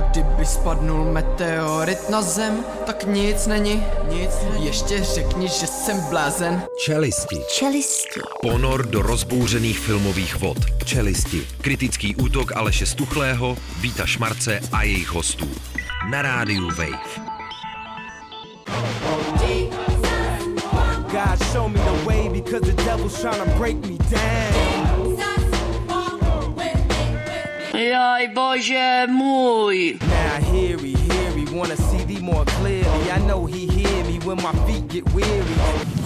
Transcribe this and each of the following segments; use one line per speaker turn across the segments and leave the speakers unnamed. Kdyby spadnul meteorit na zem, tak nic není, nic není. Ještě řekni, že jsem blázen.
Čelisti.
Čelisti.
Ponor do rozbouřených filmových vod.
Čelisti.
Kritický útok Aleše Stuchlého, Víta Šmarce a jejich hostů. Na rádiu Wave.
God show me the way because the devil's trying to break me down.
Jaj, bože můj.
Now I hear he, hear he, wanna see thee more clearly. I know he hear me when my feet get weary.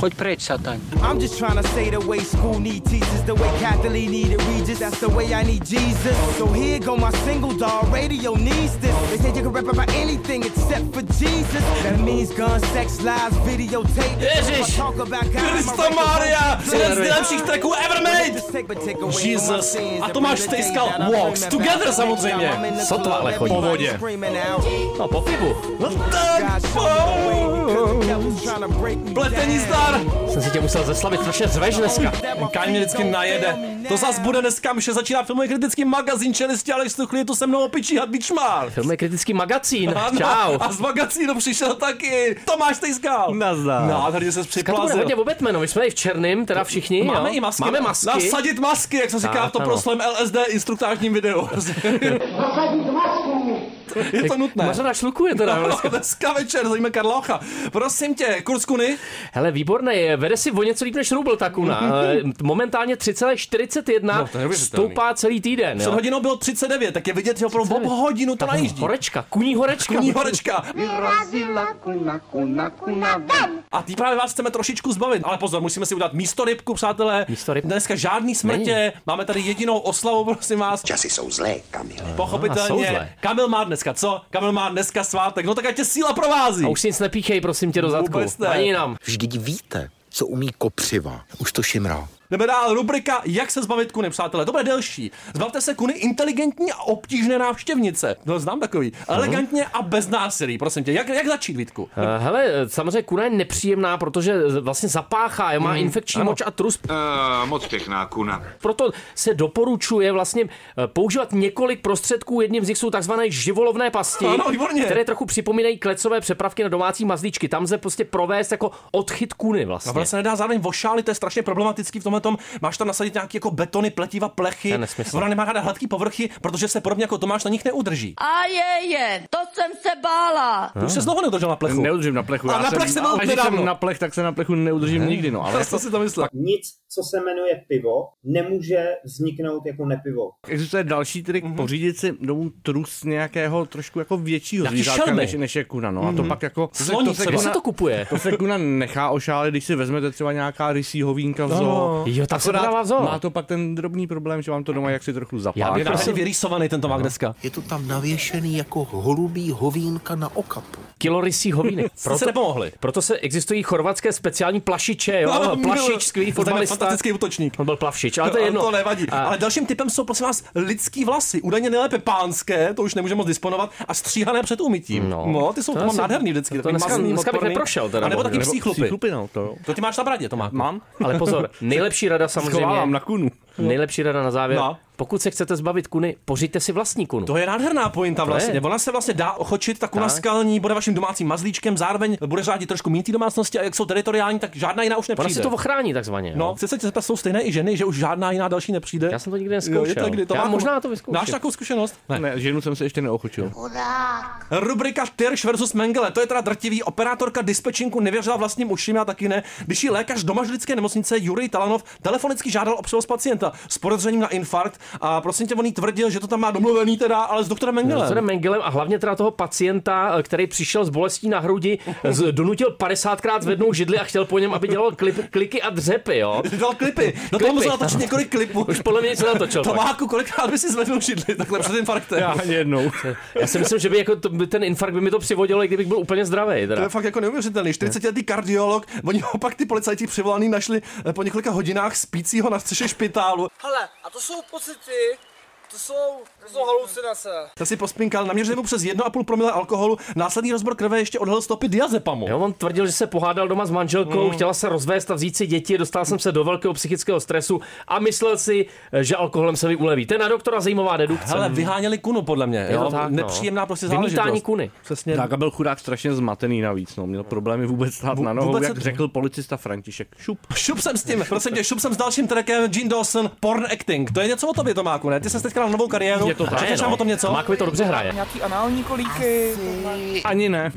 Choď pryč, satan.
I'm just trying to say the way school need teachers, the way Kathleen needed Regis, that's the way I need Jesus. So here go my single dog, radio needs this. They say you can rap about anything except for Jesus. That means gun, sex, lies, videotape.
Ježiš!
Talk about God,
Krista Maria! Jeden z nejlepších tracků ever made!
Jesus. A to máš Tejskal
Walks Together samozřejmě.
Sotva, ale chodí.
Po vodě. No, po pivu. No tak, po...
Pletení
Pletení
zdar.
zdar! Jsem si tě musel zeslavit, strašně řveš dneska. Ten Káň mě vždycky najede. To zas bude dneska, mše začíná filmový kritický magazín čelisti, ale Stuchlý je tu se mnou opičí had bičmár.
Film je kritický magazín.
Ano,
Čau.
a z magazínu přišel taky Tomáš Tejskal.
Nazdar.
Nádherně se
Dneska to bude
připlazil.
hodně o Batmanu, my jsme i v černým, teda všichni.
Máme
jo?
i masky.
Máme masky.
Nasadit masky, jak se říká
Tak,
v tom
ano.
proslém LSD instruktážním videu. Je to nutné.
Mařena šlukuje teda.
No,
dneska.
dneska večer zajíme Karla Ocha. Prosím tě, Kurskuny,
Hele, výborné je, vede si o něco líp než Rubl Takuna. Eh, Momentálně 3,41
No, to je neuvěřitelný.
stoupá celý týden.
před
Jo?
hodinou bylo 39, tak je vidět, že opravdu o hodinu to najíždí.
Horečka, kuní horečka.
Kuní horečka. A tý právě vás chceme trošičku zbavit. Ale pozor, musíme si udělat místo rybku, přátelé.
Místo rybku.
Dneska žádný smrtě. Máme tady jedinou oslavu, prosím vás.
Časy jsou zlé, Kamile.
Aha, jsou
Pochopitelně.
zlé.
Kamil má dneska, co? Kamil má dneska svátek. No tak ať tě síla provází.
A už si nic nepíchej, prosím tě, do zadku.
Vůbec ne.
Ani nám.
Vždyť víte, co umí kopřiva. Už to šimrá.
Jdeme dál, rubrika Jak se zbavit kuny, přátelé. To bude delší. Zbavte se kuny inteligentní a obtížné návštěvnice. No, znám takový. Elegantně a bez násilí, prosím tě. Jak, jak začít, Vítku?
Eh, Hele, samozřejmě kuna je nepříjemná, protože vlastně zapáchá, jo, má
Hmm,
infekční moč a trus.
A, Eh, moc pěkná kuna.
Proto se doporučuje vlastně eh, používat několik prostředků. Jedním z nich jsou takzvané živolovné pasti,
Ano, výborně.
které trochu připomínají klecové přepravky na domácí mazlíčky. Tam se prostě provést jako odchyt kuny
A
vlastně.
ono se nedá zároveň vošálit, to je strašně problematický v tomhle tom. Máš tam nasadit nějaký jako betony, pletiva, plechy.
To je nesmysl.
Ona nemá ráda hladký povrchy, protože se podobně jako Tomáš na nich neudrží.
A je, je, to jsem se bála.
Ty už se dlouho neudržel na plechu.
Neudržím na plechu.
A
já
na
jsem-
plech se byl no.
a když
nedávno.
jsem na plech, tak se na plechu neudržím nikdy, no. Ale
Co si to myslel?
Nic, co se jmenuje pivo, nemůže vzniknout jako nepivo.
existuje další trik,
Mhm.
pořídit si domů trus nějakého trošku jako většího
Nějaký
zvířátka,
šelmy. Mhm.
než, než je kuna, no. A to pak jako... to se-
Sloní
to se
třeba.
Kde se
kuna-
to kupuje?
To se kuna nechá ošálit, když si vezmete třeba nějaká rysí hovínka v zoo.
Jo, tak se
Akorát
dává v zoo.
Má to pak ten drobný problém, že vám to doma jaksi trochu
Já
zapálí.
bych
Je tam
Prosím.
Prostě vyrýsovaný ten Tomák dneska. Prostě
Je to tam navěšený jako holubí hovínka na okapu.
Kilo rysí hovíny.
Proto... se
Proto,
nepomohli.
proto se existují chorvatské speciální plašiče, jo?
No, miluju.
plašič, skvělý
To je
fotbalista.
Fantastický útočník.
On byl plavšič, ale to je jedno.
To nevadí.
A-
Ale dalším typem jsou, prosím vás, lidský vlasy. Údajně nejlépe pánské, to už nemůžeme moc disponovat, a stříhané před umytím. No, ty jsou
to
to mám
asi-
nádherný vždycky.
to
takový
dneska-
masný,
dneska bych
odporný.
neprošel teda,
A nebo
bohužel.
taky psí chlupy.
chlupy, no, to jo.
To ty máš na bradě, to má.
Mám?
Ale pozor, nejlepší rada samozřejmě.
Schovávám na kunu.
Nejlepší rada na závěr.
No.
Pokud se chcete zbavit kuny, pořiďte si vlastní kunu.
To je nádherná pointa
je.
vlastně. Ona se vlastně dá ochočit, tak kuna skalní, bude vaším domácím mazlíčkem, zároveň bude řádit trošku méně té domácnosti a jak jsou teritoriální, tak žádná jiná už
Ona
nepřijde.
si to ochrání takzvaně. jo.
No, chci se tě zeptat, jsou stejné i ženy, že už žádná jiná další nepřijde?
Já jsem to nikdy
Jo, je
neskoušel.
to, kdy, to
Já
má-
možná to vyzkouším.
Máš takovou zkušenost?
Ne, ženu jsem se ještě neochočil.
Rubrika Tyrš versus Mengele, to je teda drtivý. Operátorka dispečinku nevěřila vlastním uším, já taky ne. Když ji lékař domažlické nemocnice Jurij Talanov telefonicky žádal o převoz pacienta s podezřením na infarkt a prosím tě, on jí tvrdil, že to tam má domluvený teda, ale s doktorem
S
Mengelem.
doktorem Mengelem a hlavně teda toho pacienta, eh, který přišel s bolestí na hrudi, z- donutil 50krát zvednout židli a chtěl po něm, aby dělal klip, kliky a dřepy, jo.
Dal klipy. No to
Klipy.
musel natočit několik klipů.
Už podle mě něco natočil. pak.
Tomáku, kolikrát by si zvednul židli takhle před infarktem?
Já ani jednou.
Já si myslím, že by jako to, by ten infarkt by mi to přivodil, i kdybych byl úplně zdravý.
To
Teda.
je fakt jako neuvěřitelný. 40-letý kardiolog, oni ho pak ty policajti přivolaný našli eh, po několika hodinách spícího na střeše špitálu.
Hele, a to jsou pocity, to
Ta si pospinkal, naměřili mu přes 1,5 promile alkoholu, následný rozbor krve ještě odhalil stopy diazepamů.
Jo, on tvrdil, že se pohádal doma s
Hmm.
manželkou, chtěla se rozvést a vzít si děti, dostal jsem se do velkého psychického stresu a myslel si, že alkoholem se mi uleví. To je na doktora zajímavá dedukce.
Hele, vyháněli kunu podle mě,
to
jo?
tak, no.
nepříjemná prostě záležitost.
Vymítání kuny.
Přesně.
Tak a byl chudák strašně zmatený navíc, no. měl problémy vůbec stát na nohou,
vůbec
jak
se-
řekl policista František. Šup.
Šup jsem s tím, prosím tě, šup jsem s dalším trackem Gene Dawson, Porn Acting. To je něco o tobě, Tomáku, ne? Ty jsi teďka na novou kariéru.
Je to tak, no.
Řekneš nám o tom něco?
Mákovi to dobře hraje.
Ani ne.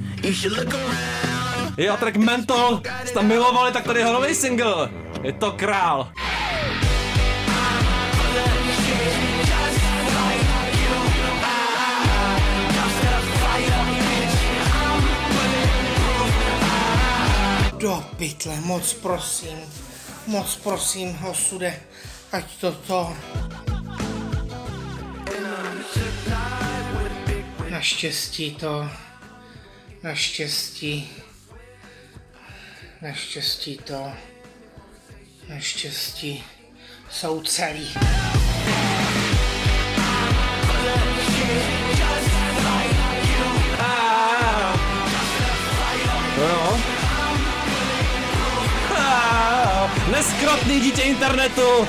Jo, track Mental, jsi tam milovali, tak tady jeho nový single. Je to král.
Do pytle, moc prosím, moc prosím, osude, ať to to. Naštěstí to, naštěstí, naštěstí to, naštěstí jsou celý.
Ah, Neskrotný dítě internetu.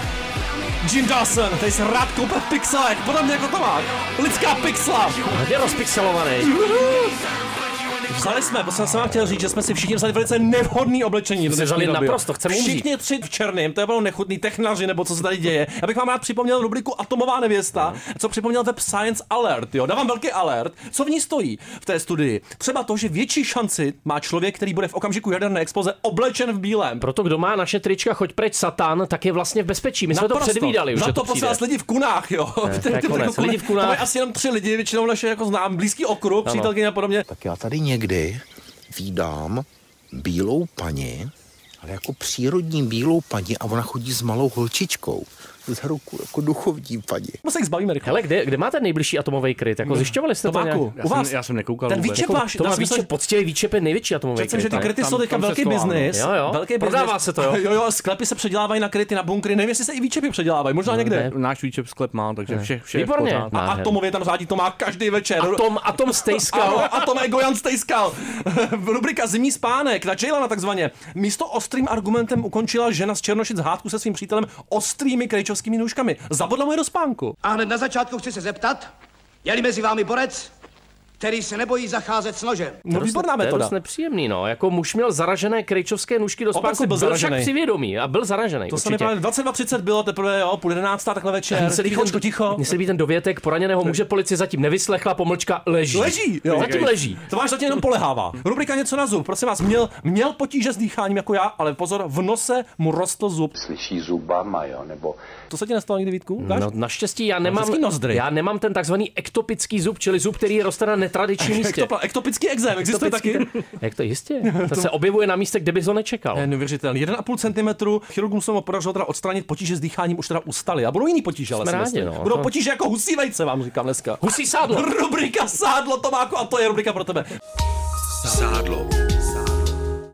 Jim Dawson, tady se rád koupe v pixelech, podobně jako Tomák. Lidská pixela.
Hodně rozpixelovaný.
Vzali jsme, protože jsem vám chtěl říct, že jsme si všichni vzali velice nevhodný oblečení. v
Jste
dnešní
vzali
době.
naprosto, chceme umřít.
Všichni tři v černém, to je bylo nechutný technaři, nebo co se tady děje. Já bych vám rád připomněl rubriku Atomová nevěsta, co připomněl web Science Alert. Jo, dávám velký alert. Co v ní stojí v té studii? Třeba to, že větší šanci má člověk, který bude v okamžiku jaderné expoze oblečen v bílém.
Proto kdo má naše trička Choď preč satán, tak je vlastně v bezpečí. My jsme to předvídali, už
Na
že
to
to
prosím
přijde.
vás lidi v kunách, jo. V
to je
typu
konec.
jako
Lidi v kunách.
To mají asi jenom tři lidi, většinou naše jako znám, blízký okruh, přítelkyně a podobně.
Tak já tady někdy vídám bílou paní, ale jako přírodní bílou paní a ona chodí s malou holčičkou. Za ruku jako duchovní paní.
My se jich zbavíme rychle.
Hele, kde, kde máte nejbližší atomový kryt? Jako zjišťovali jste to nějak?
Tomáku,
Já,
u vás,
jsem, já jsem nekoukal
ten
vůbec.
výčep
Jako-
váš,
To
No, já
má
jsem myslel,
výčep, poctivý výčep je největší atomový
Přece, že
kryt.
ty
ne?
kryty
tam-
jsou teďka
tam se
velký
schovám,
biznis.
no. Jo, jo.
Velký
Prodává
biznis.
se to, jo.
Jo, jo, sklepy se předělávají na kryty, na bunkry, nevím, jestli se i výčepy předělávají, možná
ne.
někde.
Náš výčep sklep má, takže vše, vše je v
Výborně.
pořádku.
A Atomově tam řádí to má každý večer.
Atom, atom
Ano,
stejskal.
Atom je Gojan Stejskal. Rubrika Zimní spánek na Jaylana takzvaně. Místo ostrým argumentem ukončila žena z Černošic hádku se svým přítelem ostrými krejčovskými nůžkami. Zabodla mu je do spánku.
A hned na začátku chci se zeptat, je-li mezi vámi borec, který se nebojí zacházet s nožem.
No, výborná
To je
metoda.
dost nepříjemný, no. Jako muž měl zaražené krejčovské nůžky do spánku,
si byl
byl však
zaraženej.
při vědomí a byl zaražený.
To se mi právě 22.30 bylo teprve, jo, půl jedenáctá, takhle večer. Tichočko, ticho.
Mně se líbí ten dovětek poraněného muže policie zatím nevyslechla, pomlčka leží.
Leží, jo.
Zatím leží.
To váš zatím jenom polehává. Rubrika něco na zub. Prosím vás, měl, měl potíže s dýcháním jako já, ale pozor, v nose mu rostl zub.
Slyší zubama, jo, nebo
To se ti nestalo někdy, Vítku? Dáš?
No, naštěstí já nemám,
hezký nozdry.
já nemám ten takzvaný ektopický zub, čili zub, který roste na netradičním místě.
Ektopla, ektopický exém, existuje
Ektopický-
taky?
Jak to jistě? To se objevuje na místě, kde bys ho nečekal.
To je Neuvěřitelný. 1,5 cm. Chirurgům se mu podařilo teda odstranit potíže s dýcháním, už teda ustali. A budou jiný potíže, ale
Jsme
si
rádi,
myslím.
no.
Budou
To-
potíže jako husí vejce, vám říkám dneska.
Husí sádlo.
Rubrika sádlo, Tomáku, a to je rubrika pro tebe.
Sádlo.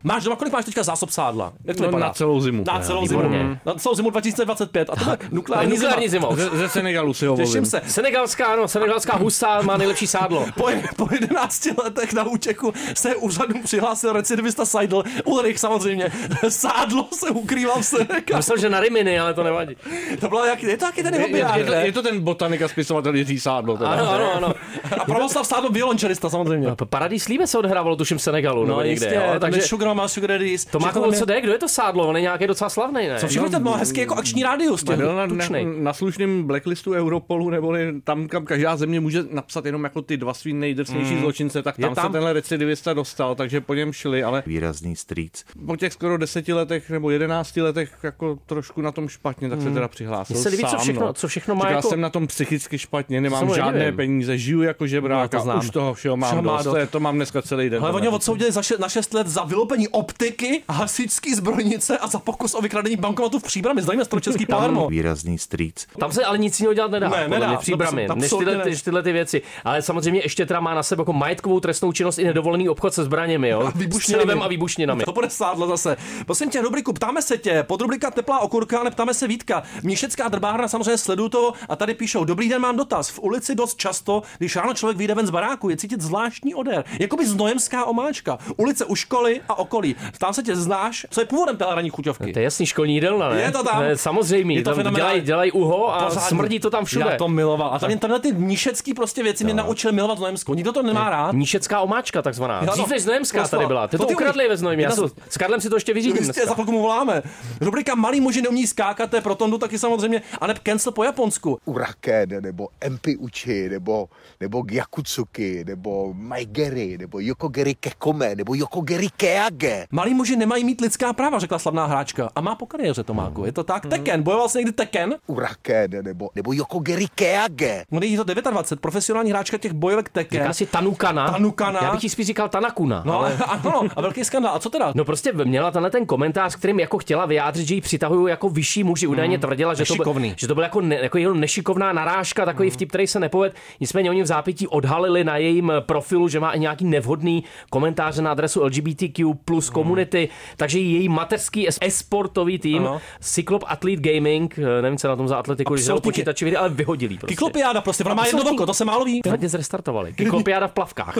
Máš doma, kolik máš teďka zásob sádla? Jak to
No,
vypadá?
na celou zimu.
Na
No,
celou
výborně.
zimu. Na celou zimu 2025. A to je nukleární,
Nukleární
zima.
zimou.
Ze, ze Senegalu si ho volím.
Těším se.
Senegalská, ano, senegalská husa má nejlepší sádlo.
Po, po 11 letech na útěku se úřadům přihlásil recidivista Seidl, Ulrich samozřejmě. Sádlo se ukrýval v Seneca.
Myslel, že na Rimini, ale to nevadí.
To bylo jak, je to taky ten jeho
Je, je,
piják,
to,
ne?
je to ten botanik a spisovatel Jiří Sádlo. Teda.
Ano, ano, ano.
A Pravoslav Sádlo violončelista samozřejmě.
P- No, Paradis Líbe se odhrávalo, tuším, v Senegalu.
No
nebo
jistě,
někde, jo?
takže
takže
Sugar Mama, Sugar Daddies.
to má
všechno
koho
tam
co
je-
jde, kdo je to sádlo? On je nějaký docela slavný, ne?
To všechno to má hezký jako akční rádius. ty.
Byl na, na,
tučnej.
na slušném blacklistu Europolu, nebo tam, kam každá země může napsat jenom jako ty dva svý nejdrsnější mm. zločince, tak tam,
tam-
se tenhle recidivista dostal, takže po něm šli, ale
výrazný strýc.
po těch skoro deseti letech nebo jedenácti letech jako trošku na tom špatně, tak se teda přihlásil
Mně se líbí, co
sám,
všechno-
no.
co všechno má
Říkal,
jako-
jsem na tom psychicky špatně, nemám
Samo
žádné
nevím.
peníze, žiju jako žebráka,
znám.
už toho všeho mám
Všeho má
dost,
dost.
to je- to mám dneska celý den.
Ale
tohle.
oni ho odsoudili za še- na 6 let za postavení optiky, hasičský zbrojnice a za pokus o vykradení bankomatu v Příbrami. Zdravíme Stročeský Palermo.
Výrazný strýc.
Tam se ale nic jiného dělat nedá.
Ne,
podle
nedá,
Mě, příbramy,
abs-
než
absolutně
tyhle,
ne.
než tyhle, ty věci. Ale samozřejmě ještě teda má na sebe jako majetkovou trestnou činnost i nedovolený obchod se zbraněmi, jo? Střelivem a výbušninami.
To bude sádlo zase. Prosím tě, rubriku Ptáme se tě, podrubrika Teplá okurka, ale ptáme se Vítka. Míšecká drbárna samozřejmě sleduju to a tady píšou, dobrý den, mám dotaz. V ulici dost často, když ráno člověk vyjde ven z baráku, je cítit zvláštní odér, jakoby znojemská omáčka. Ulice u školy a okolí. Ptám se tě, znáš, co je původem té ranní chuťovky?
To je jasný školní jídelna, ne?
Je to tam.
Ne, samozřejmě,
Je to
tam
fenomenální.
dělají, dělají uho a
Pořádný.
smrdí to tam všude.
Já to miloval. A tam jen tyhle ty mníšecký prostě věci mě naučily milovat Znojemsko. Nikdo to nemá rád.
Níšecká omáčka takzvaná.
Jo,
Dřív
no.
než Znojemská
Prostě-
tady byla. Ty
to
to
ty
ukradli
umí-
ve Znojmě. Já
Jedna
jsem- S Karlem si to ještě vyřídím
Jistě,
dneska.
prostě za chvilku mu voláme. Rubrika Malý muži neumí skákat, to je pro Tondu taky samozřejmě, aneb cancel po japonsku.
Uraken, nebo Empi Uchi, nebo, nebo Gyakutsuki, nebo Maigeri, nebo Yokogeri Kekome, nebo Yokogeri Keage.
Malí muži nemají mít lidská práva, řekla slavná hráčka. A má po kariéře Tomáku, je to tak?
Hmm.
Tekken, bojoval jsi někdy Tekken?
Uraken, nebo, nebo Yokogeri Keage.
No, je to 29, profesionální hráčka těch bojovek Tekken.
Říká si Tanukana.
Tanukana.
Já bych jí spíš říkal Tanakuna.
No,
ale...
ano, a velký skandál. A co teda?
No prostě měla tenhle ten komentář, kterým jako chtěla vyjádřit, že ji přitahují jako vyšší muži. Údajně
Mm,
tvrdila, že to, byl,
nešikovný. Hmm.
že to byla jako, ne, jako jeho nešikovná narážka, takový vtip, který se nepoved. Nicméně oni v zápětí odhalili na jejím eh, profilu, že má i nějaký nevhodný komentáře na adresu LGBTQ
Hmm.
plus komunity, takže její mateřský es- esportový tým,
Ano.
Cyclop Athlete Gaming, eh, nevím, co je na tom za atletiku, že vzal
Absolutně.
počítači hry, ale vyhodili prostě.
Kyklopiáda prostě, ona má jedno
Absolutní.
oko, to se málo ví.
Hodně zrestartovali. Kyklopiáda v plavkách.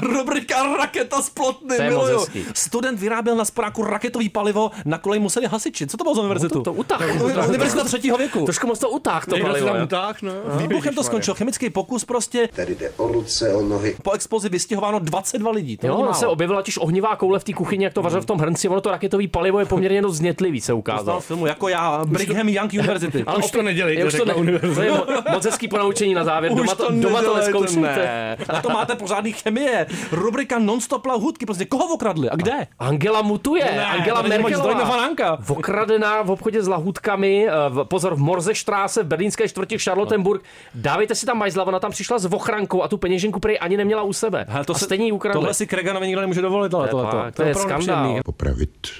Rubrika Raketa z plotny,
To je moc
miluju.
hezký.
Student vyráběl na sporáku raketový palivo, na kolej museli hasiči. Co to bylo za univerzitu?
No, to utah.
Univerzita třetího věku.
Trošku moc to utáh to
Někdo si
palivo.
tam
jo.
utáhl,
no.
Výbuchem to skončilo, chemický pokus prostě.
Tady jde o ruce, o nohy.
Po explozi vystěhováno 22 lidí. To
Jo,
není
ona
málo.
se objevila totiž ohnivá koule v té kuchyni, jak to vařil v tom hrnci, ono to raketový palivo je poměrně dost znětlivý, se
Dostal
ukázalo.
filmu jako já, Brigham Young University.
Ale opět- je, už to ne, to je mo- moc hezký ponaučení na závěr. Doma to, doma to neskoušíte.
Eh, Na to máte pořádný chemie. Rubrika non-stop lahůdky. Prostě koho okradli a kde?
Angela mutuje,
Ne,
Angela
to není moc zdrojná
Merkelová.
banánka.
Okradená v obchodě s lahůdkami, eh, v- pozor, v Morzeštráse, v berlínské čtvrti v Charlottenburg. Dávejte si tam majzla, ona tam přišla s ochrankou a tu peněženku prej ani neměla u sebe.
Hele,
a stejně ji ukradli.
Tohle si Kreganovi nikdo nemůže dovolit, ale
To je
tohle
fakt, to je
opravdu
skandál.
nepříjemný.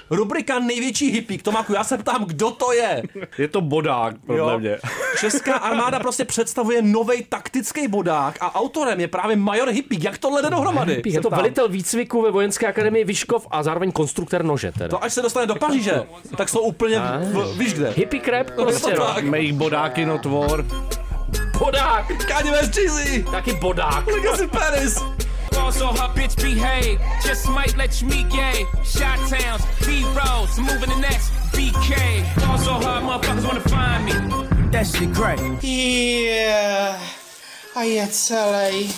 Rubrika největší hippík. Tomáku, já se ptám, kdo to je?
Je to bodák, podle
Jo.
mě.
Česká armáda prostě představuje nový taktický bodák a autorem je právě major Hippík. Jak tohle jde dohromady?
Je
Se
to
ptám.
velitel výcviku ve vojenské akademii Vyškov a zároveň konstruktor nože. Teda.
To až se dostane do Paříže, tak jsou úplně, v, víš kde.
Ah. Hippie crap, prostě no.
tak.
Make bodáky no tvor.
Bodák,
Kanye West Jeezy,
taky bodák.
Legacy Paris.
Also, her bitch behave. Just might let you meet gay. Shot towns, B rolls, moving the next BK. Also, her motherfuckers wanna find me. That shit great.
Yeah. A je celý.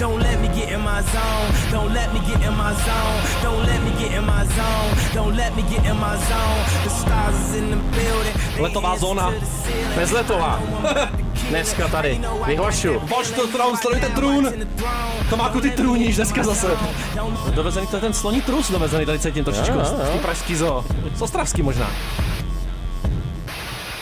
Don't let me get in my zone. Don't let me get in my zone. Don't let me get in my zone. Don't let me get in my zone. The stars is in the building.
Letová zóna.
Bezletová. Dneska tady. Vyhlašu.
Bož to trón, sledujte trůn. Tomáku, ty trůníš dneska zase. Dovezený to je ten sloní trus, dovezený tady cítím trošičku. Z z té pražský zoo. Z Ostravský možná.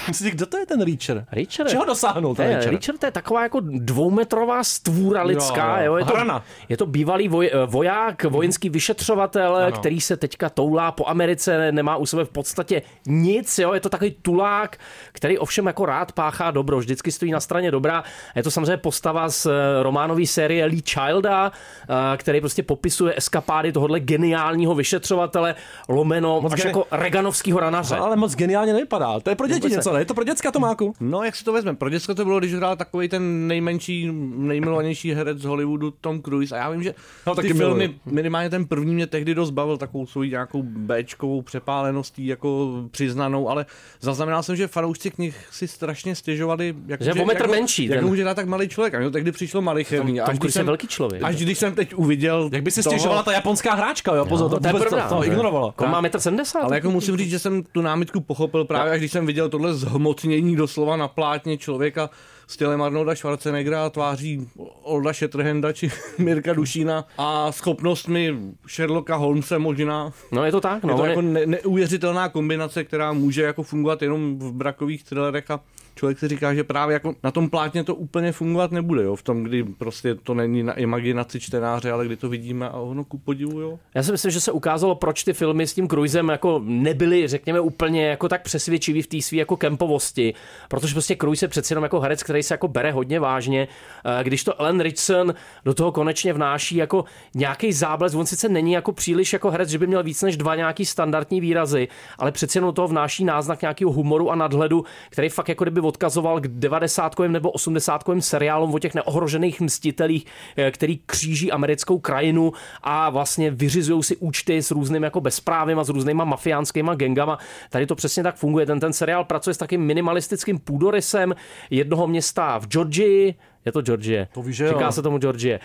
Myslíte, kdo to je ten Reacher?
Richard.
Čeho dosáhnul ten
Ne,
Reacher?
Richard to je taková jako dvoumetrová stvůra lidská.
jo. no. Mhm.
Jo, je, to,
Hrana.
je to bývalý voj, eh, voják, vojenský vyšetřovatel, ano. který se teďka toulá po Americe, nemá u sebe v podstatě nic. Jo, je to takový tulák, který ovšem jako rád páchá dobro, vždycky stojí na straně dobrá. Je to samozřejmě postava z eh, románové série Lee Childa, eh, který prostě popisuje eskapády tohohle geniálního vyšetřovatele, lomeno, až
geni-
jako reganovského ranaře.
Ale moc geniálně nevypadá. To je pro děti
Vůbec ne.
něco, ne? Je to pro děcka Tomáku?
No, jak si to vezme? Pro děcka to bylo, když hrál takový ten nejmenší, nejmilovanější herec z Hollywoodu Tom Cruise. A já vím, že
No,
no,
taky
ty filmy,
miluju.
minimálně ten první mě tehdy dost bavil takovou svou nějakou Bčkovou přepáleností, jako přiznanou, ale zaznamenal jsem, že fanoušci knih si strašně stěžovali, jak,
Že je o metr
jak, ho-
menší,
Jak
ten-
ho může dát tak malý člověk. A mě to tehdy přišlo malý chemí.
Tom Cruise je velký člověk.
Až když jsem teď uviděl.
Jak by si
toho-
stěžovala ta japonská hráčka, jo? Pozor, to,
to je
vůbec
pravda.
to, to ignorovala.
Koho má 1,70 m?
Ale jako musím říct, že jsem tu námitku pochopil právě, až když jsem viděl tohle zhmotnění doslova na plátně člověka s tělem Arnolda Schwarzeneggera, tváří Olda Shatterhanda či Mirka Dušína a schopnostmi Sherlocka Holmesa možná.
No je to tak, no.
Je to
on
jako
je-
ne- neuvěřitelná kombinace, která může jako fungovat jenom v brakových thrillerech a člověk si říká, že právě jako na tom plátně to úplně fungovat nebude, jo, v tom, kdy prostě to není na imaginaci čtenáře, ale kdy to vidíme a ono ku podivu, jo.
Já si myslím, že se ukázalo, proč ty filmy s tím Cruisem jako nebyly, řekněme, úplně jako tak přesvědčivý v té své jako kempovosti, protože prostě Cruise je přeci jenom jako herec, který se jako bere hodně vážně. Eh, Když to Ellen Richardson do toho konečně vnáší jako nějaký záblesk, on sice není jako příliš jako herec, že by měl víc než dva nějaký standardní výrazy, ale přeci jenom do toho vnáší náznak nějakého humoru a nadhledu, který fakt jako kdyby odkazoval k 90. nebo 80. seriálům o těch neohrožených mstitelích, eh, který kříží americkou krajinu a vlastně vyřizují si účty s různým jako bezprávím a s různýma mafiánskýma gengama. Tady to přesně tak funguje. Ten, ten seriál pracuje s takým minimalistickým půdorysem jednoho města v Georgii, je to Georgie. To
jo.
Říká se tomu Georgie.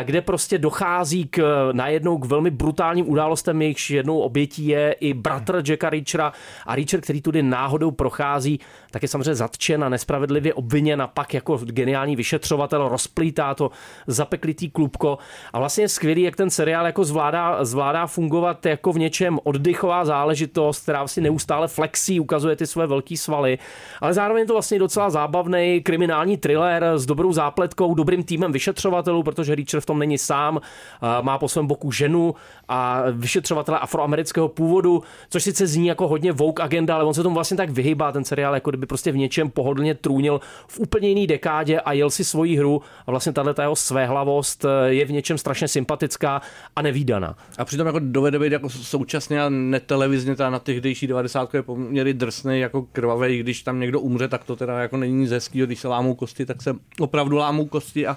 Eh, Kde prostě dochází k, eh, najednou k velmi brutálním událostem, jejichž jednou obětí je i bratr Jacka Reachera a Reacher, který tudy náhodou prochází, tak je samozřejmě zatčen a nespravedlivě obviněn a pak jako geniální vyšetřovatel rozplítá to zapeklitý klubko a vlastně je skvělý, jak ten seriál jako zvládá, zvládá fungovat jako v něčem oddychová záležitost, která vlastně neustále flexí, ukazuje ty své velké svaly, ale zároveň je to vlastně docela zábavný kriminální thriller s dobrou zápletkou, dobrým týmem vyšetřovatelů, protože Reacher v tom není sám, eh, má po svém boku ženu a vyšetřovatele afroamerického původu, což sice zní jako hodně vogue agenda, ale on se tomu vlastně tak vyhýbá, ten seriál, jako kdyby prostě v něčem pohodlně trůnil v úplně jiný dekádě a jel si svoji hru a vlastně tahle jeho svéhlavost eh, je v něčem strašně sympatická a nevýdaná.
A přitom jako dovede být jako současně a netelevizně teda na tehdejší 90. je poměry drsný, jako krvavý, když tam někdo umře, tak to teda jako není nic hezkýho, když se lámou kosti, tak se opravdu lámou kosti a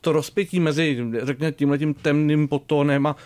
to rozpětí mezi, řekněme, tímhletím temným potónem a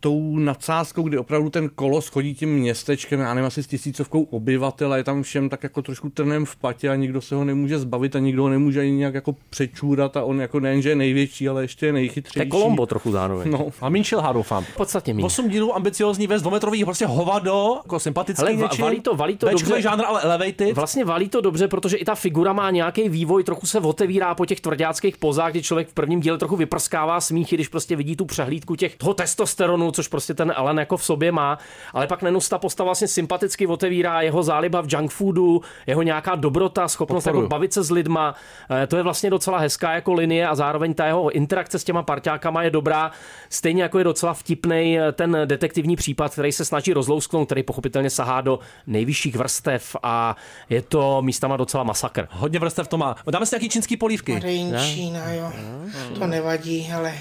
tou nadsázkou, kdy opravdu ten kolos chodí tím městečkem, já nevím, asi s tisícovkou obyvatel a je tam všem tak jako trošku trnem v patě a nikdo se ho nemůže zbavit a nikdo ho nemůže ani nějak jako přečůrat a on jako nejenže je největší, ale ještě je nejchytřejší.
To je Kolombo trochu zároveň. Vlastně,
No.
A mín šilhá, doufám.
Podstatně míň.
8 dílů ambiciozní vez, dvometrový, prostě hovado, jako sympatický
Hele, va-
něčím.
valí to, valí to
Bčkový
dobře.
žánr, ale elevated.
Vlastně valí to dobře, protože i ta figura má nějaký vývoj, trochu se otevírá po těch tvrdáckých pozách, kdy člověk v prvním díle trochu vyprskává smíchy, když prostě vidí tu přehlídku těch toho testosteronu, což prostě ten Alan jako v sobě má, ale pak Nenus ta postava vlastně sympaticky otevírá jeho záliba v junk foodu, jeho nějaká dobrota, schopnost jako
Podporuju.
bavit se s lidma, eh, to je vlastně docela hezká jako linie a zároveň ta jeho interakce s těma parťákama je dobrá, stejně jako je docela vtipný ten detektivní případ, který se snaží rozlousknout, který pochopitelně sahá do nejvyšších vrstev a je to místama docela masakr.
Hodně vrstev to má. No, Dáme si nějaký čínský polívky.
Rejnčína, jo. To nevadí, ale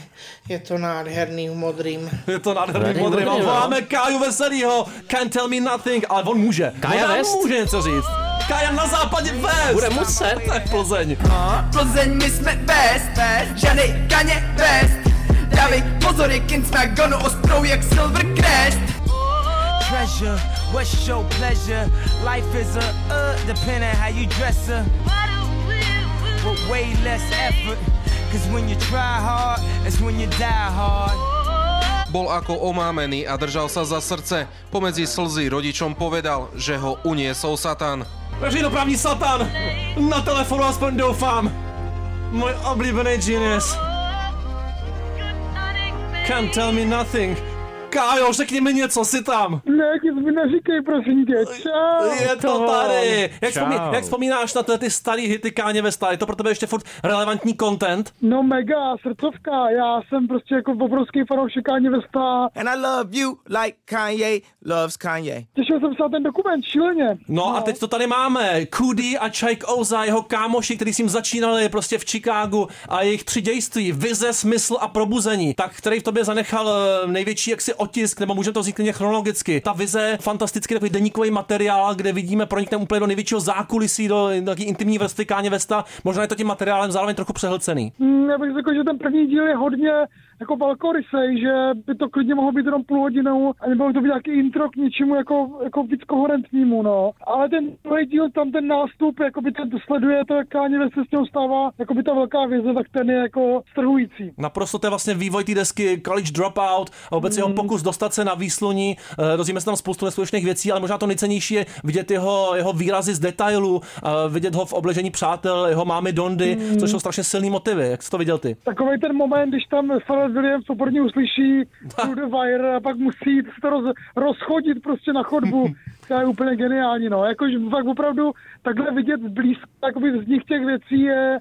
je to nádherný v modrým.
Je to nádherný
Nádherný
modrý. A
modrý,
voláme Káju Veselýho. Can't tell me nothing, ale on může.
Kája
on nám
West?
může něco říct. Kája na západě West.
Bude muset.
To je Plzeň.
Plzeň my jsme best, ženy kaně best Dávej pozor, je kin jsme gonu ostrou jak Silver Crest
treasure. What's your pleasure? Life is a uh, depending how you dress her. But way less effort. Cause when you try hard, it's when you die hard.
Bol ako omámený a držal sa za srdce. Pomedzi slzy rodičom povedal, že ho uniesol Satan.
Veřejnoprávní satan. Na telefonu aspoň doufám. Můj oblíbený genius. Can't tell me nothing. Kájo, řekni mi něco, jsi tam.
Ne, nic mi neříkej, prosím tě. Čau.
No,
Je to tady. Jak,
Čau.
vzpomí, jak vzpomínáš na tyhle ty starý hity Káně ve Je to pro tebe ještě furt relevantní content?
No mega, srdcovka, já jsem prostě jako obrovský fanoušek Kanye Westa.
And I love you like Kanye loves Kanye.
Těšil jsem se na ten dokument, šíleně.
No a teď to tady máme. Kudy a Čajk Ouza, jeho kámoši, kteří s ním začínali prostě v Chicagu a jejich tři dějství, vize, smysl a probuzení, tak který v tobě zanechal eh, největší jaksi otisk, nebo můžeme to říct klidně chronologicky. Ta vize, fantastický takový deníkový materiál, kde vidíme pronikneme úplně do největšího zákulisí, do taky intimní vrstvy Káně Vesta. Možná je to tím materiálem zároveň trochu přehlcený.
Hm, Já bych řekl, že ten první díl je hodně jako velkorysej, že by to klidně mohlo být jenom půl hodinou a nebylo by to být nějaký intro k něčemu jako, jako víc koherentnímu, no. Ale ten druhý díl, tam ten nástup, jako by ten sleduje to, jak Kanye West se s ním stává, jako by ta velká věze, tak ten je jako strhující. Hmm.
Naprosto to je vlastně vývoj té desky College Dropout a vůbec jeho pokus dostat se na výsluní, eh, dozvíme se tam spoustu neskutečných věcí, ale možná to nejcennější je vidět jeho, jeho výrazy z detailu, eh, vidět ho v obležení přátel, jeho mámy Dondy,
Mm.
což jsou strašně silný motivy. Jak jsi to viděl ty?
Takový ten moment, když tam Pharrell Williams oporně uslyší Through the Wire a pak musí jít se to roz, rozchodit prostě na chodbu. To je úplně geniální, no. Jakož fakt opravdu takhle vidět blízko, jakoby vznik těch věcí je,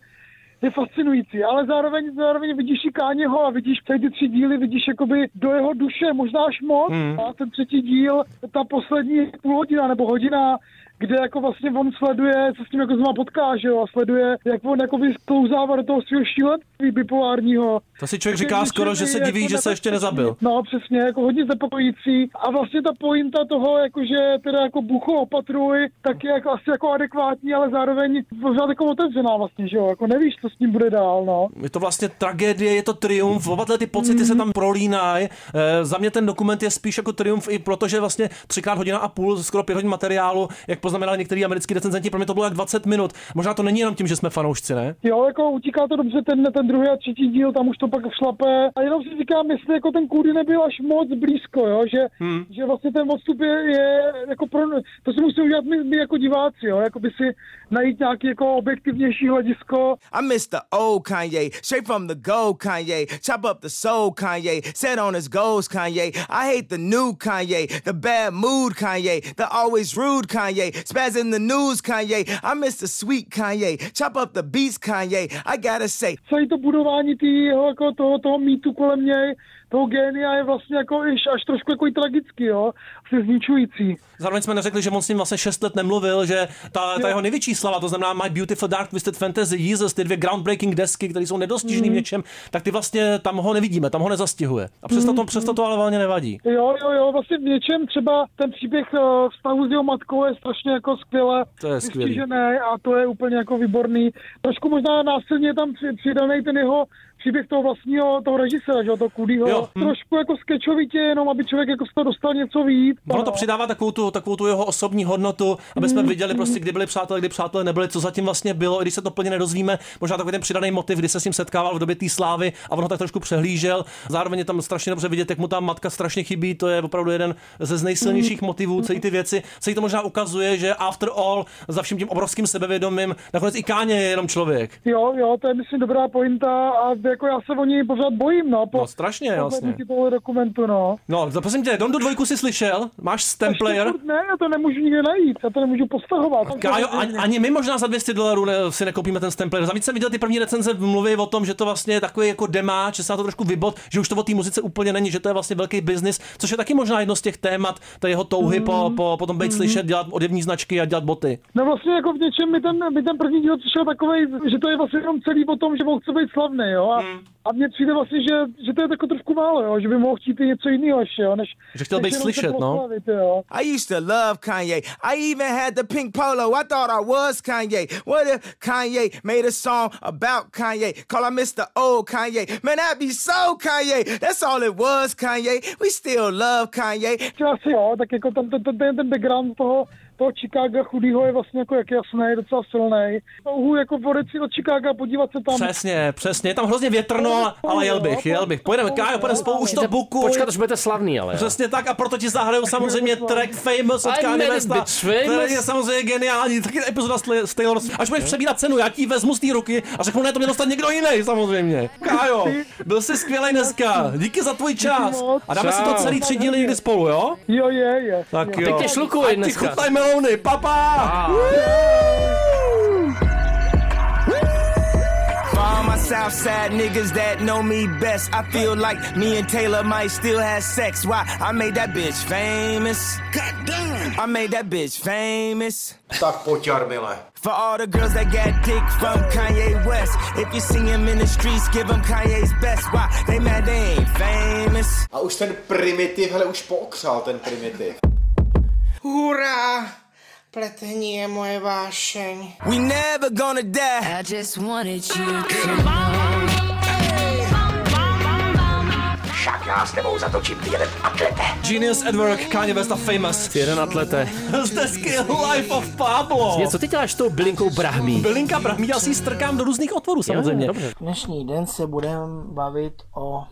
je fascinující, ale zároveň, zároveň vidíš i Káněho a vidíš tady ty tři díly, vidíš jakoby do jeho duše, možná až moc
Mm.
a ten třetí díl, ta poslední půl hodina nebo hodina, kde jako vlastně on sleduje, co s tím jako zma potká, že jo, a sleduje, jak on jakoby sklouzává do toho svého šílenství bipolárního.
To si člověk
Takže
říká
když
skoro,
je
že se
jako
diví, že se ještě nezabil.
No přesně, jako hodně zapokojící a vlastně ta pointa toho, jakože teda jako bucho opatruj, tak je jako, asi jako adekvátní, ale zároveň pořád jako otevřená vlastně, že jo, jako nevíš, co s ním bude dál, no. Mhm.
Je to vlastně tragédie, je to triumf, oba tyhle ty pocity se tam prolínají. Eh, Za mě ten dokument je spíš jako triumf i protože vlastně třikrát hodina a půl, skoro pět hodin materiálu, jak poznamenali některý americký recenzenti, pro mě to bylo jak 20 minut. Možná to není jenom tím, že jsme fanoušci, ne?
Jo, jako utíká to dobře ten, ten druhý a třetí díl, tam už to pak šlape. A jenom si říkám, jestli jako ten Kudy nebyl až moc blízko, jo, že,
Hmm.
hmm. že vlastně ten odstup je, je jako pro, to si musíme udělat my, my jako diváci, jo, jako by si najít nějaký jako objektivnější hledisko.
I miss the old Kanye, straight from the gold Kanye. Chop up the soul Kanye, set on his goals Kanye. I hate the new Kanye, the bad mood Kanye, the always rude Kanye, spaz in the news Kanye. I miss the sweet Kanye, chop up the beats Kanye. I gotta say,
celé to budování tého, jako toho, toho mýtu kolem něj, toho génia je vlastně jako iš, až trošku jako i tragický, jo, asi zničující.
Zároveň jsme neřekli, že on s ním vlastně 6 let nemluvil, že ta, ta
Jo.
jeho největší slava, to znamená My Beautiful Dark Twisted Fantasy, Jesus, ty dvě groundbreaking desky, které jsou nedostižné v
Mhm.
něčem, tak ty vlastně tam ho nevidíme, tam ho nezastihuje. A přesto to, přesto to ale valně nevadí.
Mhm. Jo, jo, jo, vlastně v něčem třeba ten příběh eh, vztahu s jeho matkou je strašně jako skvěle
To je skvělý.
vystižený a to je úplně jako výborný. Trošku možná násilně je tam při- přidanej ten jeho příběh toho vlastního, toho režiséra, že jo, toho Kudyho.
Jo, hm.
Trošku jako skečovitě, jenom aby člověk jako z toho dostal něco víc.
Ono to přidává takovou tu, takovou tu jeho osobní hodnotu, aby jsme viděli prostě, kdy byli přátelé, kdy přátelé nebyli, co zatím vlastně bylo, i když se to plně nedozvíme, možná takový ten přidaný motiv, kdy se s ním setkával v době té slávy a on ho tak trošku přehlížel. Zároveň je tam strašně dobře vidět, jak mu ta matka strašně chybí, to je opravdu jeden ze z nejsilnějších
Mm.
motivů, celý ty věci. Celý to možná ukazuje, že after all, za vším tím obrovským sebevědomím, nakonec i Káně je jenom člověk.
Jo, jo, to je myslím dobrá pointa a jako já se o ní pořád bojím, no. Po,
No, strašně,
po
jasně.
zhlédnutí tohohle dokumentu, no.
No, prosím tě, Dondu dvojku si slyšel? Máš
Ještě
stemplayer?
furt Ne, já to nemůžu nikde najít, já to nemůžu postahovat.
Kájo, ani, ani my možná za 200 dolarů ne, si nekoupíme ten stempler. Za víc jsem viděl ty první recenze mluví o tom, že to vlastně je takový jako demá, že se na to trošku vybot, že už to o té muzice úplně není, že to je vlastně velký biznis, což je taky možná jedno z těch témat, ta jeho touhy
Mm-hmm.
po, po, potom být slyšet, dělat oděvní značky a dělat boty.
No vlastně jako v něčem mi ten, mi ten první díl přišel takový, že to je vlastně jenom celý o tom, že on chce být slavný, jo. A, a mně přijde vlastně, že, že to je jako trošku málo, jo, že by mohl chtít i něco jiného ještě, jo, než... než jenom se
no.
proslavit, jo.
I used to love Kanye. I even had the pink polo. I thought I was Kanye. What if Kanye made a song about Kanye? Call I Mr. Old Kanye. Man, I'd be so Kanye. That's all it was, Kanye. We still love Kanye.
Že asi jo, tak jako tam ten, ten, ten, ten background toho, toho Chicaga chudýho je vlastně jako jak jasný, docela silný. Uhu, jako vodit si do Chicaga, podívat se tam.
Přesně, přesně, je tam hrozně větrno, ale jel bych,
jako
jel bych. Pojedeme, Kájo, pojedeme spolu, už to buku.
Počkat, až budete slavný, ale. jo.
Přesně tak a proto ti zahraju samozřejmě track Famous od
I
Kanye
made it,
Westa,
bitch, famous.
který je samozřejmě geniální, taky epizoda s Tay- s Taylor Swift. Až budeš přebírat cenu, já ti ji vezmu z té ruky a řeknu, ne, to mě dostat někdo jiný samozřejmě. Kájo, byl jsi skvělý dneska, díky za tvůj čas. A dáme si to celý tři díly někdy spolu, jo?
Jo, je, je.
Tak
A
jo.
pěkně šlukuj
A
dneska.
Ty chutnaj melouny, papa!
For all my South Side niggas that know me best, I feel like me and Taylor might still have sex. Why? I made that bitch famous. Goddamn! I made that bitch famous.
Tak pojď, Jarmile.
For all the girls that got dick from Kanye West, if you see him in the streets, give him Kanye's best. Why? They mad they ain't famous.
A už ten primitiv, hele, už pookřál ten primitiv.
Hurá! Pletení je moje vášeň.
We never gonna die.
I just wanted you
Však já s tebou zatočím ty jeden atlete.
Genius at work, Kanye West a Famous. Ty
jeden atlete.
Z desky Life of Pablo.
Co ty děláš s tou bylinkou brahmí?
Bylinka brahmí, já si ji strkám do různých otvorů samozřejmě.
Dnešní den se budeme bavit o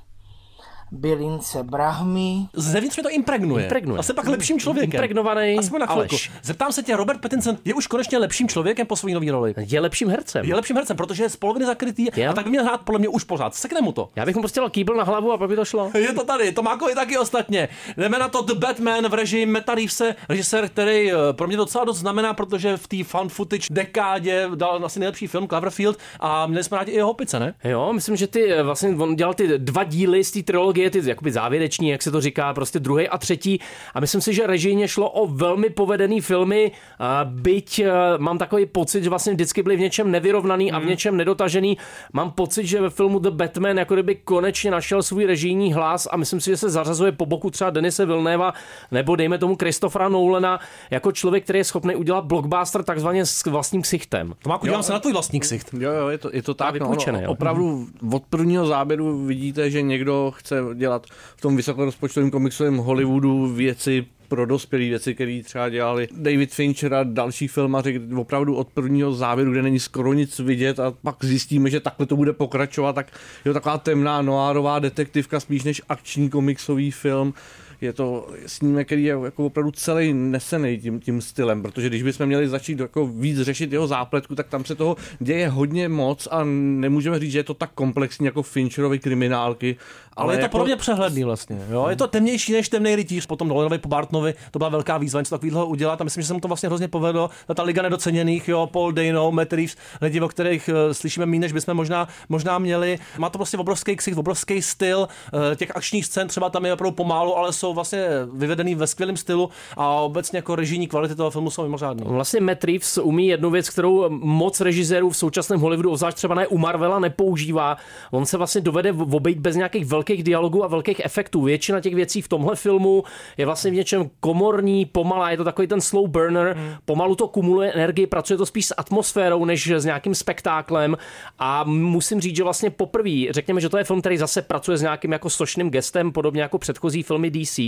bylince brahmy.
Zevnitř mě to impregnuje.
Impregnuje.
A se pak lepším člověkem.
Impregnovaný
Aspoň na chvilku.
Aleš.
Zeptám se tě, Robert Pattinson je už konečně lepším člověkem po své nové roli.
Je lepším hercem.
Je lepším hercem, protože je z poloviny zakrytý a tak by měl hrát podle mě už pořád. Sekne mu to.
Já bych mu prostě dal kýbl na hlavu a pak by to šlo.
Je to tady, to má je taky ostatně. Jdeme na to The Batman v režii Meta Reevese, režisér, který eh, pro mě docela dost znamená, protože v té fan footage dekádě dal asi nejlepší film Cloverfield a měli jsme rádi i jeho pice, ne?
Jo, myslím, že ty eh, vlastně on dělal ty dva díly z té trilogie, ty jakoby závěreční, jak se to říká, prostě druhý a třetí. A myslím si, že režijně šlo o velmi povedený filmy, a byť eh, mám takový pocit, že vlastně vždycky byly v něčem nevyrovnaný a v něčem nedotažený. Mám pocit, že ve filmu The Batman jako kdyby konečně našel svůj režijní hlas a myslím si, že se zařazuje po boku třeba Denise Vilnéva nebo dejme tomu Christophera Nolana jako člověk, který je schopný udělat blockbuster takzvaně s vlastním ksichtem.
Tomáku,
dívám se na
tvůj vlastní ksicht.
Jo, jo, je to, je to tak. no,
vypůjčené, jo.
no, opravdu od prvního záběru vidíte, že někdo chce dělat v tom vysokorozpočtovém komiksovém Hollywoodu věci pro dospělé věci, které třeba dělali David Fincher a další filmaři, kdy opravdu od prvního závěru, kde není skoro nic vidět a pak zjistíme, že takhle to bude pokračovat, tak je to taková temná noárová detektivka spíš než akční komiksový film je to snímek, který je jako opravdu celý nesený tím, tím stylem, protože když bychom měli začít jako víc řešit jeho zápletku, tak tam se toho děje hodně moc a nemůžeme říct, že je to tak komplexní jako Fincherovy kriminálky. Ale,
Ale je to
jako...
jako... podobně přehledný vlastně. Jo? Je to temnější než temný rytíř, potom Nolanovi po Bartnovi, to byla velká výzva něco takového udělat a myslím, že se mu to vlastně hrozně povedlo. Ta, ta liga nedoceněných, jo, Paul Dano, Matt Reeves, lidi, o kterých eh, slyšíme méně, než bychom možná, možná měli. Má to prostě obrovský ksicht, obrovský styl, eh, těch akčních scén třeba tam je opravdu pomálu, ale jsou vlastně vyvedený ve skvělém stylu a obecně jako režijní kvality toho filmu jsou mimořádné.
Vlastně Matt Reeves umí jednu věc, kterou moc režisérů v současném Hollywoodu, obzvlášť třeba ne u Marvela, nepoužívá. On se vlastně dovede v- obejít bez nějakých velkých dialogů a velkých efektů. Většina těch věcí v tomhle filmu je vlastně v něčem komorní, pomalá, je to takový ten slow burner, hmm. pomalu to kumuluje energii, pracuje to spíš s atmosférou než s nějakým spektáklem a musím říct, že vlastně poprvé, řekněme, že to je film, který zase pracuje s nějakým jako sošným gestem, podobně jako předchozí filmy DC,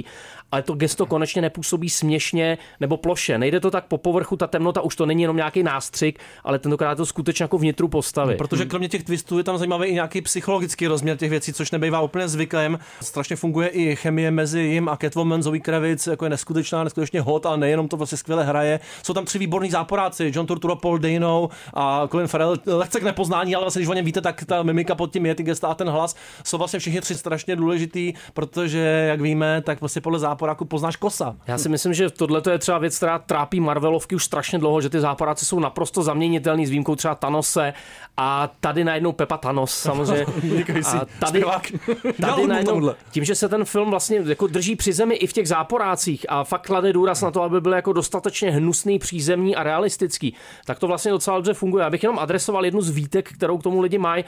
ale to gesto konečně nepůsobí směšně nebo ploše. Nejde to tak po povrchu, ta temnota už to není jenom nějaký nástřik, ale tentokrát je to skutečně jako vnitru postavy.
No, Protože kromě těch twistů je tam zajímavý i nějaký psychologický rozměr těch věcí, což nebývá úplně zvykem. Strašně funguje i chemie mezi jim a Catwoman, Zoe Kravitz, jako je neskutečná, neskutečně hot a nejenom to vlastně skvěle hraje. Jsou tam tři výborní záporáci, John Turturro, Paul Dano a Colin Farrell, lehce k nepoznání, ale vlastně, když o něm víte, tak ta mimika pod tím je, ty gesta a ten hlas jsou vlastně všichni tři strašně důležitý, protože, jak víme, tak prostě podle záporáku poznáš kosa.
Já si myslím, že tohle je třeba věc, která trápí Marvelovky už strašně dlouho, že ty záporáci jsou naprosto zaměnitelný s výjimkou třeba Thanose a tady najednou Pepa Thanos samozřejmě.
Vynikající
A tady,
zpěvák.
tady
Dal mu
najednou,
tohle.
tím, že se ten film vlastně jako drží při zemi i v těch záporácích a fakt klade důraz na to, aby byl jako dostatečně hnusný, přízemní a realistický, tak to vlastně docela dobře funguje. Já bych jenom adresoval jednu z výtek, kterou k tomu lidi mají.